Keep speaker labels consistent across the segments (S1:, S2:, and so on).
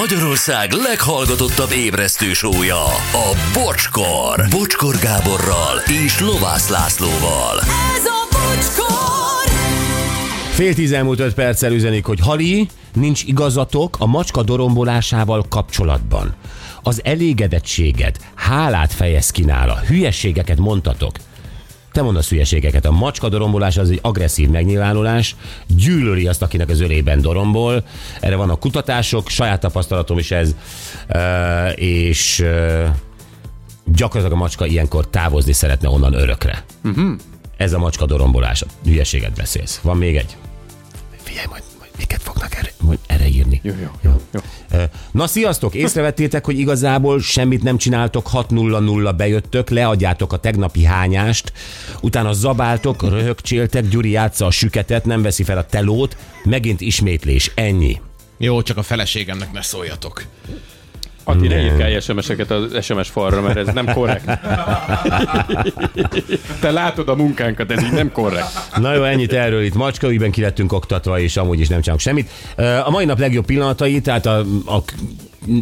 S1: Magyarország leghallgatottabb ébresztő sója, a Bocskor. Bocskor Gáborral és Lovász Lászlóval.
S2: Ez a bocskor!
S3: Fél tíz elmúlt öt perccel üzenik, hogy Hali, nincs igazatok a macska dorombolásával kapcsolatban. Az elégedettséged, hálát fejez ki nála, hülyeségeket mondtatok. Te mondasz hülyeségeket. A macska dorombolás az egy agresszív megnyilvánulás, gyűlöli azt, akinek az ölében dorombol. Erre vannak kutatások, saját tapasztalatom is ez, Ö, és ö, gyakorlatilag a macska ilyenkor távozni szeretne onnan örökre. Uh-huh. Ez a macska dorombolás. Hülyeséget beszélsz. Van még egy? Figyelj, majd, majd miket fognak erre, majd erre írni. Jó, jó, jó. jó. Na, sziasztok! Észrevettétek, hogy igazából semmit nem csináltok, 6-0-0 bejöttök, leadjátok a tegnapi hányást, utána zabáltok, röhögcséltek, Gyuri játsza a süketet, nem veszi fel a telót, megint ismétlés, ennyi.
S4: Jó, csak a feleségemnek ne szóljatok.
S5: Atti, ne írkálj SMS-eket az SMS falra, mert ez nem korrekt. Te látod a munkánkat, ez így nem korrekt.
S3: Na jó, ennyit erről itt. Macska ügyben ki lettünk oktatva, és amúgy is nem csinálunk semmit. Ö, A mai nap legjobb pillanatai, tehát a, a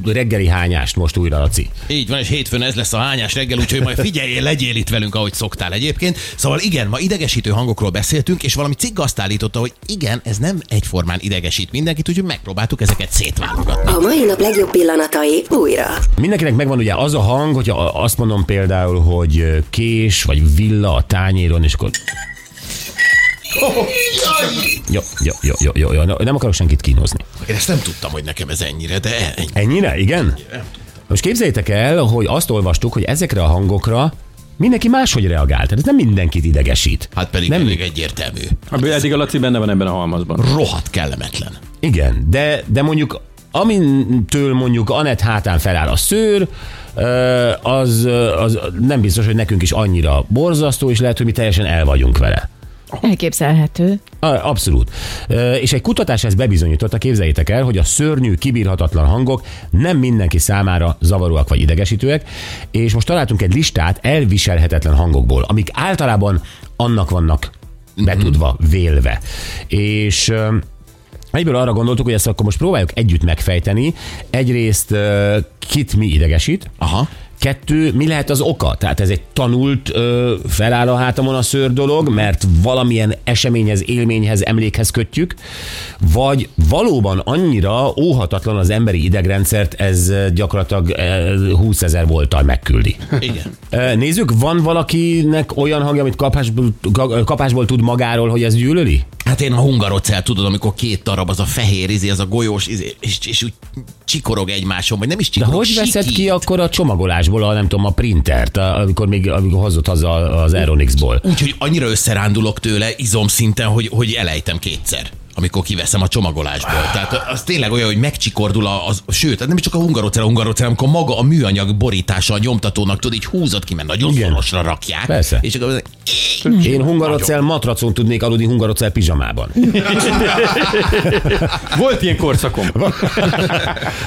S3: reggeli hányást most újra, Laci.
S4: Így van, és hétfőn ez lesz a hányás reggel, úgyhogy majd figyeljél, legyél itt velünk, ahogy szoktál egyébként. Szóval igen, ma idegesítő hangokról beszéltünk, és valami cikk azt állította, hogy igen, ez nem egyformán idegesít mindenkit, úgyhogy megpróbáltuk ezeket szétválogatni.
S6: A mai nap legjobb pillanatai újra.
S3: Mindenkinek megvan ugye az a hang, hogyha a- azt mondom például, hogy ö, kés vagy villa a tányéron, és akkor... Jó, jó, jó, jó, jó, jó. Na, Nem akarok senkit kínozni.
S4: Én ezt nem tudtam, hogy nekem ez ennyire, de ennyi.
S3: Ennyire? Igen? Most képzeljétek el, hogy azt olvastuk, hogy ezekre a hangokra mindenki máshogy reagál. Tehát ez nem mindenkit idegesít.
S4: Hát pedig nem
S3: nem,
S4: elég egyértelmű.
S5: Amiből eddig a Laci benne van ebben a halmazban.
S4: Rohadt kellemetlen.
S3: Igen, de, de mondjuk amintől mondjuk Anett hátán feláll a szőr, ö, az, ö, az nem biztos, hogy nekünk is annyira borzasztó, és lehet, hogy mi teljesen el vagyunk vele.
S7: Elképzelhető.
S3: A- Abszolút. Ö, És egy kutatás ezt bebizonyította, képzeljétek el, hogy a szörnyű, kibírhatatlan hangok nem mindenki számára zavaróak vagy idegesítőek, és most találtunk egy listát elviselhetetlen hangokból, amik általában annak vannak betudva, vélve. És ö, Egyből arra gondoltuk, hogy ezt akkor most próbáljuk együtt megfejteni. Egyrészt ö, kit mi idegesít,
S4: Aha.
S3: Kettő, mi lehet az oka? Tehát ez egy tanult ö, feláll a hátamon a szőr dolog, mert valamilyen eseményhez, élményhez, emlékhez kötjük, vagy valóban annyira óhatatlan az emberi idegrendszert, ez ö, gyakorlatilag ö, 20 ezer voltal megküldi.
S4: Igen.
S3: Ö, Nézzük, van valakinek olyan hangja, amit kapásból, ga- kapásból tud magáról, hogy ez gyűlöli?
S4: Hát én a hungarocel, tudod, amikor két darab, az a fehér izé, az a golyós izé, és, és úgy csikorog egymáson, vagy nem is
S3: De
S4: csikorog,
S3: hogy veszed
S4: sikít.
S3: ki akkor a csomagolásból, a, nem tudom, a printert, a- amikor még amikor hozott haza az Aeronixból?
S4: Úgyhogy annyira összerándulok tőle izomszinten, hogy, hogy elejtem kétszer amikor kiveszem a csomagolásból. Tehát az tényleg olyan, hogy megcsikordul a, az, sőt, hát nem csak a hungarocel, a hungarocel, amikor maga a műanyag borítása a nyomtatónak, tudod, így húzott ki, mert nagyon
S3: Igen.
S4: szorosra rakják.
S3: Persze.
S4: És akkor
S3: Én hungarocel matracon tudnék aludni hungarocel pizsamában.
S5: Volt ilyen korszakom.
S3: Szóval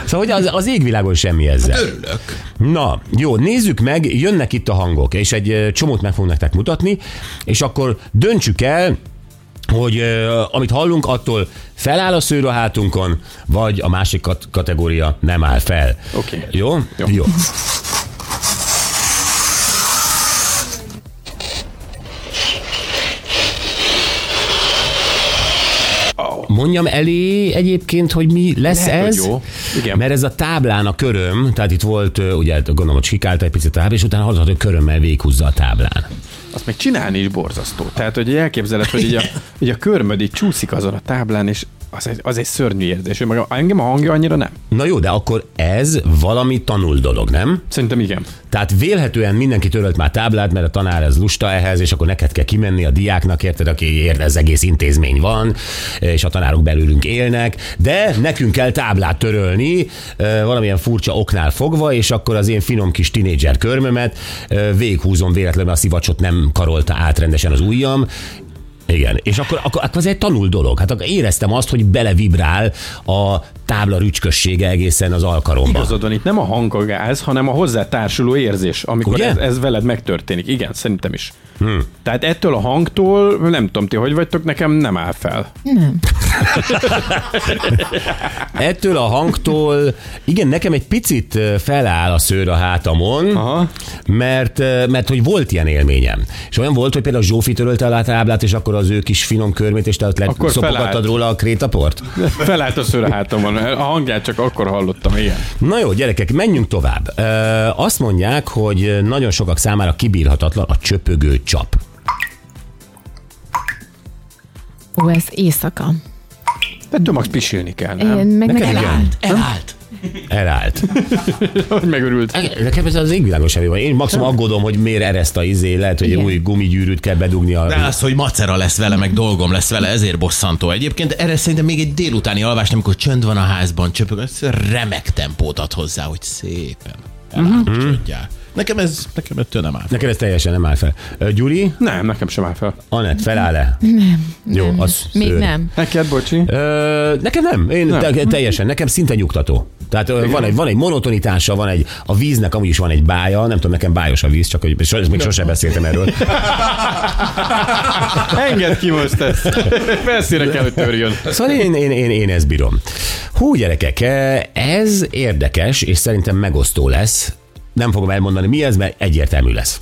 S3: hogy az, az égvilágon semmi ezzel.
S4: örülök.
S3: Na, jó, nézzük meg, jönnek itt a hangok, és egy ö, csomót meg fognak nektek mutatni, és akkor döntsük el, hogy ö, amit hallunk, attól feláll a szőr a hátunkon, vagy a másik kat- kategória nem áll fel.
S5: Oké.
S3: Jó?
S5: Jó.
S3: Jó. Mondjam elé egyébként, hogy mi lesz
S5: Lehet, hogy
S3: ez?
S5: jó. Igen.
S3: Mert ez a táblán a köröm, tehát itt volt, ö, ugye hát gondolom, hogy sikálta egy picit a tábla, és utána hallott, hogy körömmel véghúzza a táblán.
S5: Azt meg csinálni is borzasztó. Tehát, hogy elképzeled, hogy így a, így a körmöd így csúszik azon a táblán, és az egy, az egy szörnyű érzés. Ő Meg a- engem a hangja annyira nem.
S3: Na jó, de akkor ez valami tanul dolog, nem?
S5: Szerintem igen.
S3: Tehát vélhetően mindenki törölt már táblát, mert a tanár ez lusta ehhez, és akkor neked kell kimenni a diáknak, érted, aki érde, ez egész intézmény van, és a tanárok belőlünk élnek, de nekünk kell táblát törölni, ö, valamilyen furcsa oknál fogva, és akkor az én finom kis tinédzser körmömet ö, véghúzom véletlenül, a szivacsot nem karolta át rendesen az ujjam, igen, és akkor, akkor, akkor az egy tanul dolog. Hát akkor éreztem azt, hogy belevibrál a tábla rücskössége egészen az alkaromba.
S5: Igazad van, itt nem a hang a gáz, hanem a hozzá társuló érzés, amikor
S3: Ugye?
S5: ez, ez, veled megtörténik. Igen, szerintem is. Hmm. Tehát ettől a hangtól, nem tudom ti, hogy vagytok, nekem nem áll fel.
S7: Nem.
S3: Ettől a hangtól, igen, nekem egy picit ö, feláll a szőr a hátamon,
S5: Aha.
S3: mert, ö, mert hogy volt ilyen élményem. És olyan volt, hogy például Zsófi törölte alá a táblát, és akkor az ő kis finom körmét, és te ott lett,
S5: Akkor
S3: szopogattad
S5: felállt.
S3: róla a krétaport?
S5: Felállt a szőr a hátamon. A hangját csak akkor hallottam, igen.
S3: Na jó, gyerekek, menjünk tovább. Ö, azt mondják, hogy nagyon sokak számára kibírhatatlan a csöpögő csap.
S7: Ó, ez éjszaka.
S5: De Tomax pisilni kell,
S7: Én
S5: nem?
S7: meg, meg
S3: Neked igen.
S7: elállt.
S4: Elállt.
S3: Elállt.
S5: Hogy megörült.
S3: Nekem ez az égvilágos semmi van. Én maximum aggódom, hogy miért ereszt a izé, lehet, hogy
S7: Igen.
S3: új gumigyűrűt kell bedugni a...
S4: De az, hogy macera lesz vele, meg dolgom lesz vele, ezért bosszantó egyébként. Erre szerintem még egy délutáni alvás, amikor csönd van a házban, csöpög, az remek tempót ad hozzá, hogy szépen elámosodjál. Nekem ez, nekem ettől nem áll. fel.
S3: Neked ez teljesen nem áll fel. Ö, Gyuri,
S5: Nem, nekem sem áll fel.
S3: Anett, feláll-e? Nem. Jó, az
S7: Még
S3: szőr.
S7: nem.
S5: Neked, bocsi?
S3: Ö, nekem nem, én nem.
S5: Nem.
S3: Te, teljesen, nekem szinte nyugtató. Tehát ö, van egy, van egy monotonitása, van egy, a víznek amúgy is van egy bája, nem tudom, nekem bájos a víz, csak hogy so, még sose beszéltem erről.
S5: Engedd ki most ezt. Messzire kell, hogy törjön.
S3: Szóval én, én, én, én ezt bírom. Hú, gyerekek, e, ez érdekes, és szerintem megosztó lesz. Nem fogom elmondani, mi ez, mert egyértelmű lesz.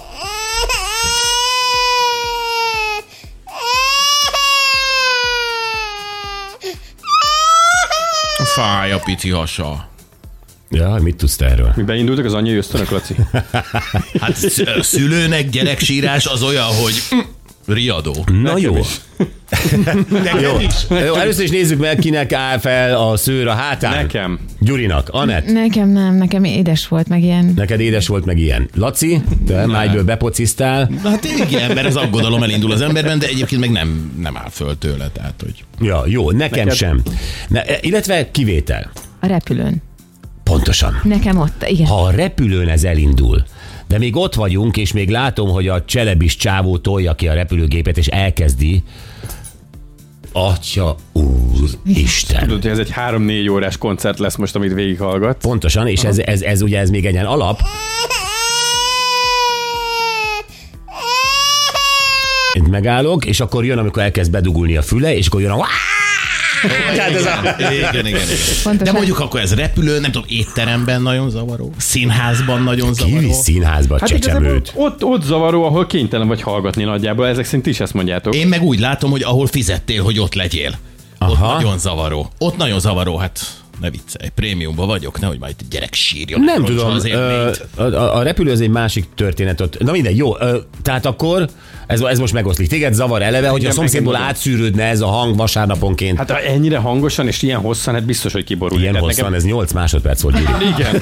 S4: Fáj a pici hasa.
S3: Ja, mit tudsz te erről?
S5: Mi beindultak az anyai ösztönök, Laci?
S4: Hát sz- szülőnek gyereksírás az olyan, hogy mm, riadó.
S3: Na jó.
S4: Jó.
S3: jó. Először is nézzük meg, kinek áll fel a szőr a hátán.
S5: Nekem.
S3: Gyurinak, Anett.
S7: Nekem nem, nekem édes volt meg ilyen.
S3: Neked édes volt meg ilyen. Laci, te májből bepocisztál.
S4: Na hát igen, mert az aggodalom elindul az emberben, de egyébként meg nem, nem áll föl tőle, tehát hogy...
S3: Ja, jó, nekem
S5: Neked?
S3: sem. Ne, e, illetve kivétel.
S7: A repülőn.
S3: Pontosan.
S7: Nekem ott, igen.
S3: Ha a repülőn ez elindul, de még ott vagyunk, és még látom, hogy a cselebis csávó tolja ki a repülőgépet, és elkezdi Atya úr, Isten.
S5: Tudod, hogy ez egy 3-4 órás koncert lesz most, amit végighallgat.
S3: Pontosan, és ez, ez, ez ugye ez még egy ilyen alap. Én megállok, és akkor jön, amikor elkezd bedugulni a füle, és akkor jön a...
S4: Tehát Hát ez a... igen, igen, igen. De
S7: Pontosan.
S4: mondjuk akkor ez repülő, nem tudom, étteremben nagyon zavaró, színházban nagyon zavaró.
S3: Kivi színházba a
S5: Hát igazából
S3: csecsemőt.
S5: ott, ott zavaró, ahol kénytelen vagy hallgatni nagyjából, ezek szerint ti is ezt mondjátok.
S4: Én meg úgy látom, hogy ahol fizettél, hogy ott legyél.
S3: Aha.
S4: Ott nagyon zavaró. Ott nagyon zavaró, hát ne viccelj, prémiumban vagyok, nehogy majd egy gyerek sírjon.
S3: Nem
S4: roncsa
S3: tudom,
S4: az
S3: ö,
S4: élményt.
S3: a, a, a repülő az egy másik történet ott. Na mindegy, jó, ö, tehát akkor ez, ez most megoszlik. Téged zavar eleve, hogy a
S5: engem
S3: szomszédból
S5: nagyon.
S3: átszűrődne ez a hang vasárnaponként. Hát,
S5: Hát ha ennyire hangosan és ilyen hosszan, hát biztos, hogy kiborul.
S3: Ilyen hosszan, ez 8 másodperc volt, Gyuri.
S5: Igen.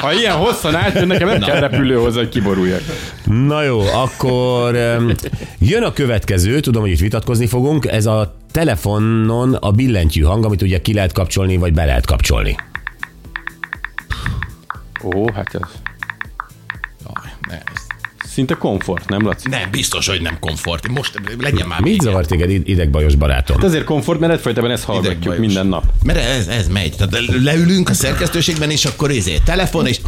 S5: Ha ilyen hosszan átjön, nekem nem kell repülőhoz, hogy kiboruljak.
S3: Na jó, akkor öm, jön a következő, tudom, hogy itt vitatkozni fogunk, ez a telefonon a billentyű hang, amit ugye ki lehet kapcsolni, vagy be lehet kapcsolni.
S5: Ó, hát ez
S4: Jaj, ne, ez-
S5: szinte komfort, nem Laci?
S4: Nem, biztos, hogy nem komfort. Most legyen már
S3: Mit
S4: vége.
S3: zavar téged, id- idegbajos barátom?
S5: Hát Ezért komfort, mert egyfajtában ezt hallgatjuk
S4: Idegbajos.
S5: minden nap.
S4: Mert ez, ez megy. Tehát leülünk a szerkesztőségben, és akkor izé, telefon, és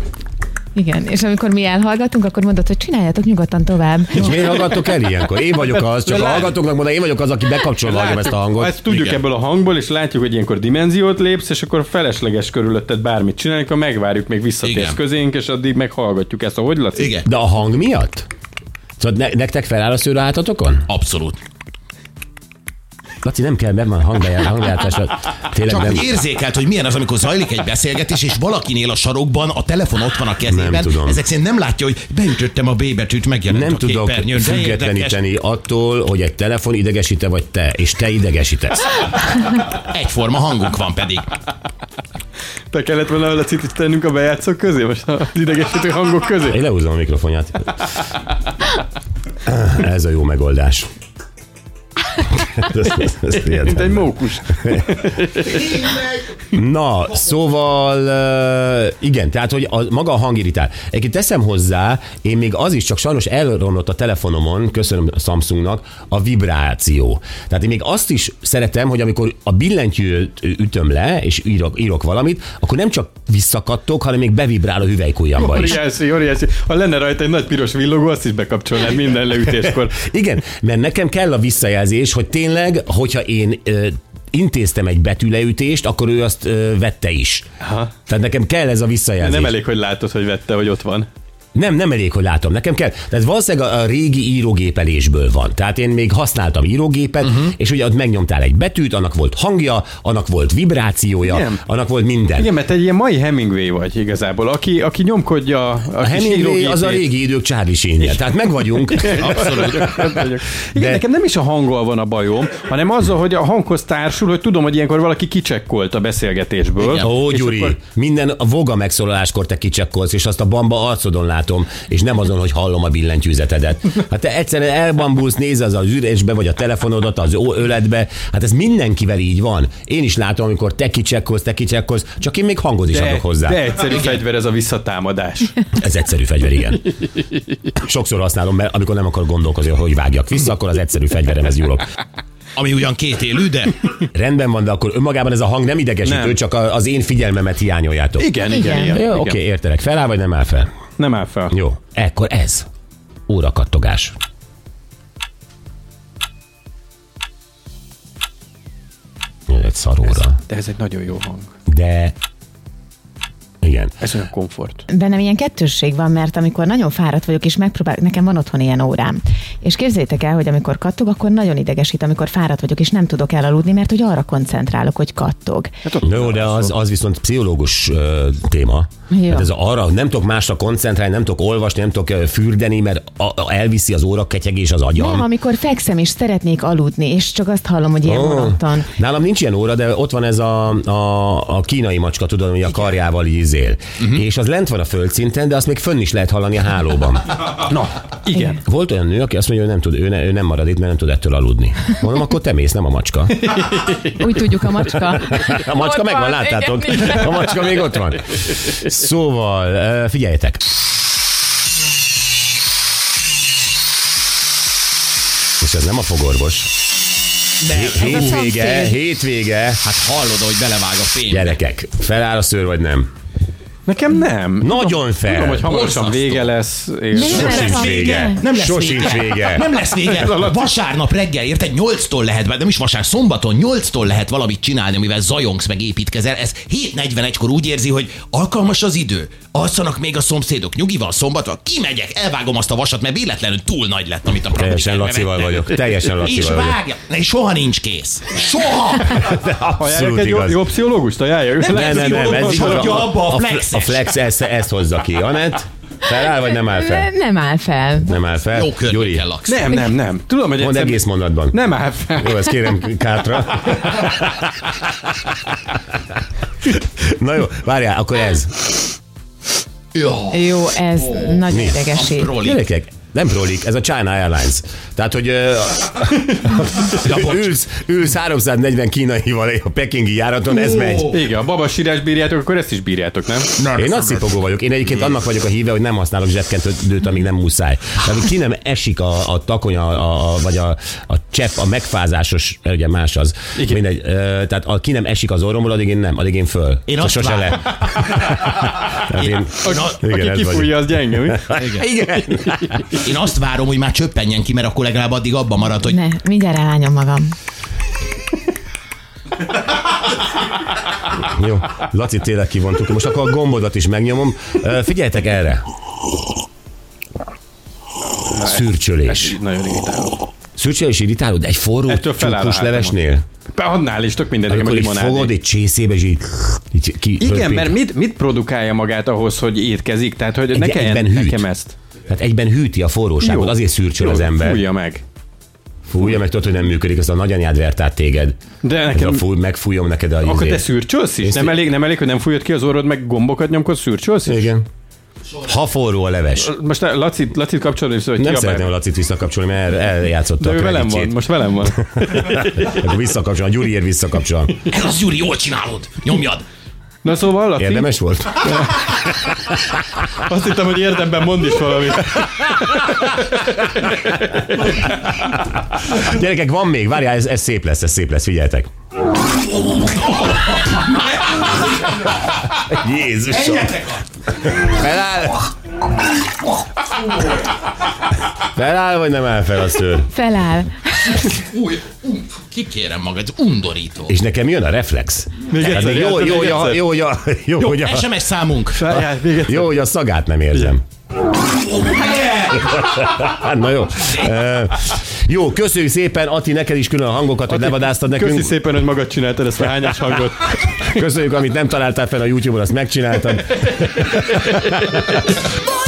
S7: Igen, és amikor mi elhallgatunk, akkor mondod, hogy csináljátok nyugodtan tovább.
S3: És miért hallgatok el ilyenkor? Én vagyok az, csak a hallgatóknak mondom, én vagyok az, aki bekapcsolva hallom ezt a hangot.
S5: Ezt tudjuk
S4: Igen.
S5: Igen. ebből a hangból, és látjuk, hogy ilyenkor dimenziót lépsz, és akkor felesleges körülötted bármit csinálni, akkor megvárjuk, még visszatérsz
S4: Igen.
S5: Igen. közénk, és addig meghallgatjuk ezt. Ahogy Laci?
S4: igen,
S3: De a hang miatt? Szóval ne, nektek feláll a szőr a hátatokon?
S4: abszolút.
S3: Laci, nem kell, mert van a hangbejá- hangbejátásra. Tényleg
S4: Csak
S3: nem.
S4: hogy érzékelt, hogy milyen az, amikor zajlik egy beszélgetés, és valakinél a sarokban a telefon ott van a kezében.
S3: Nem tudom.
S4: Ezek szerint nem látja, hogy beütöttem a B betűt, megjelent
S3: Nem
S4: a
S3: tudok
S4: képernyőn, de érdekes.
S3: függetleníteni attól, hogy egy telefon idegesíte vagy te, és te idegesítesz.
S4: Egyforma hangunk van pedig.
S5: Te kellett volna Lacit tennünk a bejátszók közé, most az idegesítő hangok közé.
S3: Én lehúzom a mikrofonját. Ez a jó megoldás.
S5: Mint egy mókus.
S3: Na, szóval ö, igen, tehát, hogy a, maga a hang irritál. Egyébként teszem hozzá, én még az is csak sajnos elromlott a telefonomon, köszönöm a Samsungnak, a vibráció. Tehát én még azt is szeretem, hogy amikor a billentyűt ütöm le, és írok, írok valamit, akkor nem csak visszakattok, hanem még bevibrál a hüvelykujjamba is.
S5: Óriási, óriási. Ha lenne rajta egy nagy piros villogó, azt is bekapcsolnám minden leütéskor.
S3: Igen, mert nekem kell a visszajelzés, hogy tényleg, hogyha én ö, intéztem egy betűleütést, akkor ő azt ö, vette is. Aha. Tehát nekem kell ez a visszajelzés.
S5: Nem elég, hogy látod, hogy vette, hogy ott van.
S3: nem, nem elég, hogy látom. Nekem kell. Tehát valószínűleg a, a régi írógépelésből van. Tehát én még használtam írógépet,
S5: Mhm.
S3: uh-huh. és ugye ott megnyomtál egy betűt, annak volt hangja, annak volt vibrációja,
S5: Igen.
S3: annak volt minden.
S5: Igen, mert egy ilyen mai Hemingway vagy igazából, aki, aki nyomkodja a,
S3: A
S5: kis
S3: Hemingway
S5: írógépét.
S3: az a régi idők Charlie Sheen-je. Tehát meg vagyunk. Abszolút.
S5: Vagyok. Igen,
S3: De-
S5: De... nekem nem is a hanggal van a bajom, hanem azzal, hogy a hanghoz társul, hogy tudom, hogy ilyenkor valaki kicsekkolt a beszélgetésből.
S4: Igen.
S3: Ó,
S5: És
S3: Gyuri, akkor...
S5: akkor-
S3: minden a voga megszólaláskor te kicsekkolsz, és azt a bamba arcodon látom, és nem azon, hogy hallom a billentyűzetedet. Hát te egyszerűen elbambulsz, néz az az üresbe, vagy a telefonodat az ó- öletbe. Hát ez mindenkivel így van. Én is látom, amikor te kicsekkolsz, te kicsekkolsz, csak én még hangot is adok hozzá.
S5: de egyszerű fegyver ez a visszatámadás.
S3: Ez egyszerű fegyver, igen. Sokszor használom, mert amikor nem akar gondolkozni, hogy vágjak vissza, akkor az egyszerű fegyveremhez nyúlok.
S4: Ami ugyan két élő, de
S3: Rendben van, de akkor önmagában ez a hang nem idegesítő,
S5: Nem.
S3: csak a- az én figyelmemet hiányoljátok.
S5: Igen, igen,
S7: Igen.
S5: igen. igen.
S3: Jó, oké, okay, értelek. Feláll vagy nem áll fel?
S5: Nem áll fel.
S3: Jó, ekkor ez. Órakattogás. Ez egy szaróra.
S5: De ez egy nagyon jó hang.
S3: De... Igen.
S5: Ez olyan komfort.
S7: Bennem ilyen kettősség van, mert amikor nagyon fáradt vagyok, és megpróbálok, nekem van otthon ilyen órám. És képzeljétek el, hogy amikor kattog, akkor nagyon idegesít, amikor fáradt vagyok, és nem tudok elaludni, mert hogy arra koncentrálok, hogy kattog.
S5: Hát ott
S3: Jó, de az, az viszont pszichológus ö, téma.
S7: Jó.
S3: Hát ez arra, nem tudok másra koncentrálni, nem tudok olvasni, nem tudok ö, fürdeni, mert a, a, elviszi az óra ketyegés az agyam.
S7: Nem, amikor fekszem, és szeretnék aludni, és csak azt hallom, hogy ilyen
S3: Ó.
S7: monoton.
S3: Nálam nincs ilyen óra, de ott van ez a, a, a kínai macska, tudod, hogy a karjával ízél.
S5: Mhm.
S3: Uh-huh. És az lent van a földszinten, de azt még fönn is lehet hallani a hálóban.
S5: Na, igen.
S3: Volt olyan nő, aki azt mondja, hogy nem tud, ő, ne, ő nem marad itt, mert nem tud ettől aludni. Mondom, akkor te mész, nem a macska.
S7: Úgy tudjuk, a macska.
S3: A macska
S7: Ott
S3: megvan,
S7: van,
S3: láttátok?
S7: igen, igen.
S3: A macska még ott van. Szóval, ö, figyeljetek. És ez nem a fogorvos.
S7: Ez a
S3: Hétvége,
S7: szomszéd.
S3: hétvége.
S4: hát hallod, hogy belevág a fény.
S3: Gyerekek, feláll a szőr, vagy nem?
S5: Nekem nem.
S3: Nagyon fel.
S5: Tudom, hogy hamarosan
S4: Borzasztó.
S5: vége lesz.
S7: Nem,
S5: És...
S7: nem,
S3: Sosincs
S7: van
S3: vége.
S7: vége.
S4: Nem lesz
S3: Sosincs vége.
S4: Nem lesz vége. Vasárnap reggel, érted? 8-tól lehet, be- nem is vasár, szombaton 8-tól lehet valamit csinálni, amivel zajongsz, meg építkezel. Ez 7.41-kor úgy érzi, hogy alkalmas az idő. Alszanak még a szomszédok. Nyugi van szombaton, kimegyek, elvágom azt a vasat, mert véletlenül túl nagy lett, amit a
S3: Teljesen
S4: praktikán
S3: Lacival
S4: bevettek.
S3: vagyok. Teljesen
S4: És
S3: Lacival vagyok.
S4: vágja. És soha nincs kész. Soha!
S5: Ajánlják
S3: Abszolút
S5: egy jó,
S3: igaz.
S5: jó pszichológust? Ajánlják?
S4: Nem,
S3: Nem, nem, nem, ez
S4: pszichológus,
S3: igaz.
S4: hagyja abba a
S3: fle-
S4: flexes.
S3: A flex ezt, ezt hozza ki. Anett, feláll vagy nem áll
S7: Ne,
S3: fel?
S7: nem áll fel.
S3: Nem áll fel.
S4: Jó környéken laksz.
S5: nem, nem, nem. Tudom, hogy
S3: mondd
S5: egyszer-
S3: egész mondatban.
S5: Nem áll fel.
S3: Jó, ezt kérem kátra. Na jó, várjál, akkor ez.
S4: Ja.
S7: Jó, ez nagy
S3: mi?
S7: idegesít.
S4: Proli.
S3: Gyerekek, nem prolik, ez a China Airlines. Tehát, hogy ö, ülsz, ülsz 340 kínaival a pekingi járaton, ez megy.
S5: Igen, a babasírás bírjátok, akkor ezt is bírjátok, nem?
S3: Én acipogó vagyok. Én egyébként annak vagyok a híve, hogy nem használok zsebkendőt, amíg nem muszáj. Tehát amíg ki nem esik a, a takony, a, a, a, vagy a, a csepp, a megfázásos, eh, ugye más az. Igen. Mindegy, ö, tehát a, ki nem esik az orromból, addig én nem, addig én föl.
S4: Én
S3: Tehát
S4: azt
S3: sose
S4: várom.
S3: le. Tehát én,
S4: Aki-
S3: igen,
S5: Aki
S3: ez
S5: kifújja,
S3: vagyok.
S5: az gyenge, mi?
S3: Igen.
S4: Én azt várom, hogy már csöppenjen ki, mert akkor legalább addig abban marad, hogy
S7: Ne, mindjárt elányom magam.
S3: Jó, Laci, tényleg kivontuk. Most akkor a gombodat is megnyomom. Ö, Figyeljetek erre. Szürcsölés.
S5: Nagyon irritáló.
S3: Szürcsölés irritáló, de egy forró
S5: Ettől feláll
S3: csukós
S5: a hátamon.
S3: levesnél.
S5: Be Annál is, tök mindegy, nekem a
S3: Amikor így
S5: limonádé.
S3: fogod egy csészébe, és így, így ki,
S5: Igen,
S3: pörpint.
S5: mert mit, mit produkálja magát ahhoz, hogy étkezik? Tehát, hogy ne
S3: Egy-
S5: kelljen
S3: egyben hűt.
S5: nekem ezt.
S3: Tehát Hát egyben hűti a forróságot,
S5: Jó.
S3: azért szürcsöl
S5: Jó,
S3: az ember. Fújja.
S5: Fújja meg.
S3: meg tudod, hogy nem működik, azt a nagyanyád vert át téged.
S5: De
S3: Ez a
S5: nekem...
S3: fúj, megfújom neked a
S5: Akkor
S3: izét.
S5: te szürcsölsz is?
S3: Én
S5: Nem
S3: szü-
S5: elég, nem elég, hogy nem fújod ki az orrod, meg gombokat nyomkod, szürcsölsz is?
S3: Igen. Ha forró a leves.
S5: Most ne- Laci, Laci kapcsolódni, szóval, hogy
S3: Nem
S5: kiabál.
S3: szeretném a Lacit visszakapcsolni, mert el, eljátszotta
S5: De
S3: a
S5: ő velem van,
S3: kreditjét.
S5: most velem van.
S3: Akkor visszakapcsolom, a Gyuriért visszakapcsolom.
S4: Ez az, Gyuri, jól csinálod. Nyomjad.
S5: Na szóval, Laci,
S3: Érdemes volt?
S5: azt hittem, hogy érdemben mond is valamit.
S3: Gyerekek, van még, várjál, ez, ez szép lesz, ez szép lesz, figyeljetek. Jézusom! Feláll! Feláll, vagy nem áll fel a szőr?
S7: Feláll.
S4: Új, um, kikérem magad, undorító.
S3: És nekem jön a reflex.
S5: Még
S3: Hát
S5: egyszer,
S3: még jó,
S5: játszom,
S3: jó,
S5: még
S3: jó,
S5: egyszer.
S3: jó, hogy a- jó, hogy a-
S4: SMS számunk.
S5: Várjál, még egyszer.
S3: jó, hogy a szagát nem érzem. Hát na jó. Ö, Jó, köszönjük szépen, Ati, neked is külön a hangokat, hogy levadáztad
S5: Köszi
S3: nekünk.
S5: szépen, hogy magad csináltad ezt a hányás hangot.
S3: Köszönjük, amit nem találtál fel a YouTube-on, azt megcsináltad.
S2: Bocskor!